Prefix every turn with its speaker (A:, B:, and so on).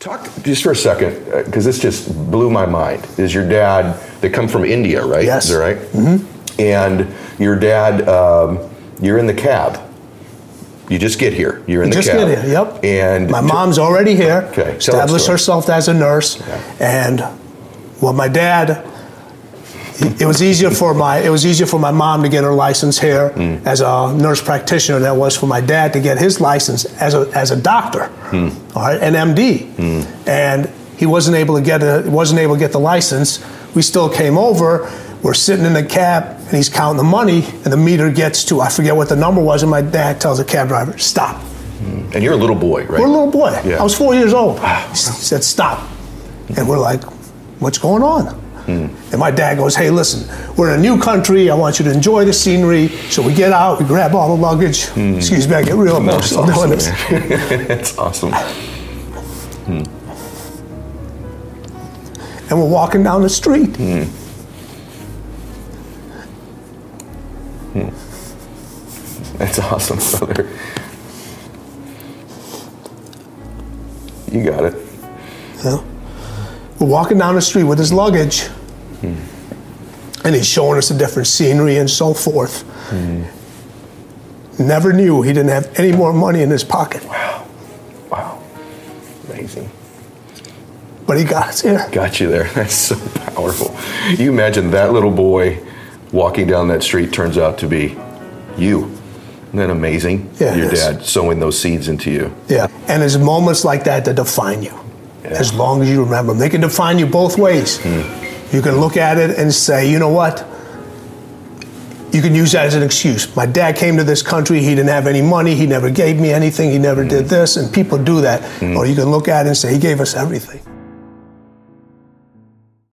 A: Talk just for a second, because this just blew my mind. Is your dad? They come from India, right?
B: Yes.
A: Is that right? Mm-hmm. And your dad, um, you're in the cab. You just get here. You're in the
B: Just
A: cab.
B: get here. Yep.
A: And
B: my mom's already here.
A: Okay, tell that
B: Established
A: story.
B: herself as a nurse, and well, my dad. It was easier for my it was easier for my mom to get her license here
A: Mm.
B: as a nurse practitioner than it was for my dad to get his license as a as a doctor,
A: Hmm.
B: all right, an MD, and he wasn't able to get a, wasn't able to get the license. We still came over. We're sitting in the cab, and he's counting the money, and the meter gets to I forget what the number was, and my dad tells the cab driver, "Stop."
A: And you're a little boy, right?
B: We're a little boy.
A: Yeah.
B: I was four years old. he said, stop. And we're like, what's going on? And my dad goes, hey, listen, we're in a new country. I want you to enjoy the scenery. So we get out, we grab all the luggage. Excuse me, I get real
A: That's
B: emotional
A: awesome.
B: doing this.
A: man. That's awesome.
B: And we're walking down the street.
A: That's awesome, brother. You got it.
B: you know? We're walking down the street with his luggage, and he's showing us the different scenery and so forth. Never knew he didn't have any more money in his pocket,
A: Wow. Amazing.
B: but he got us here.
A: Got you there. That's so powerful. You imagine that little boy walking down that street turns out to be you. Isn't that amazing?
B: Yeah, it
A: Your
B: is.
A: dad sowing those seeds into you.
B: Yeah. And it's moments like that that define you,
A: Yeah.
B: as long as you remember them. They can define you both ways. You can look at it and say, you know what? You can use that as an excuse. My dad came to this country, he didn't have any money, he never gave me anything, he never did this, and people do that. Or you can look at it and say, he gave us everything.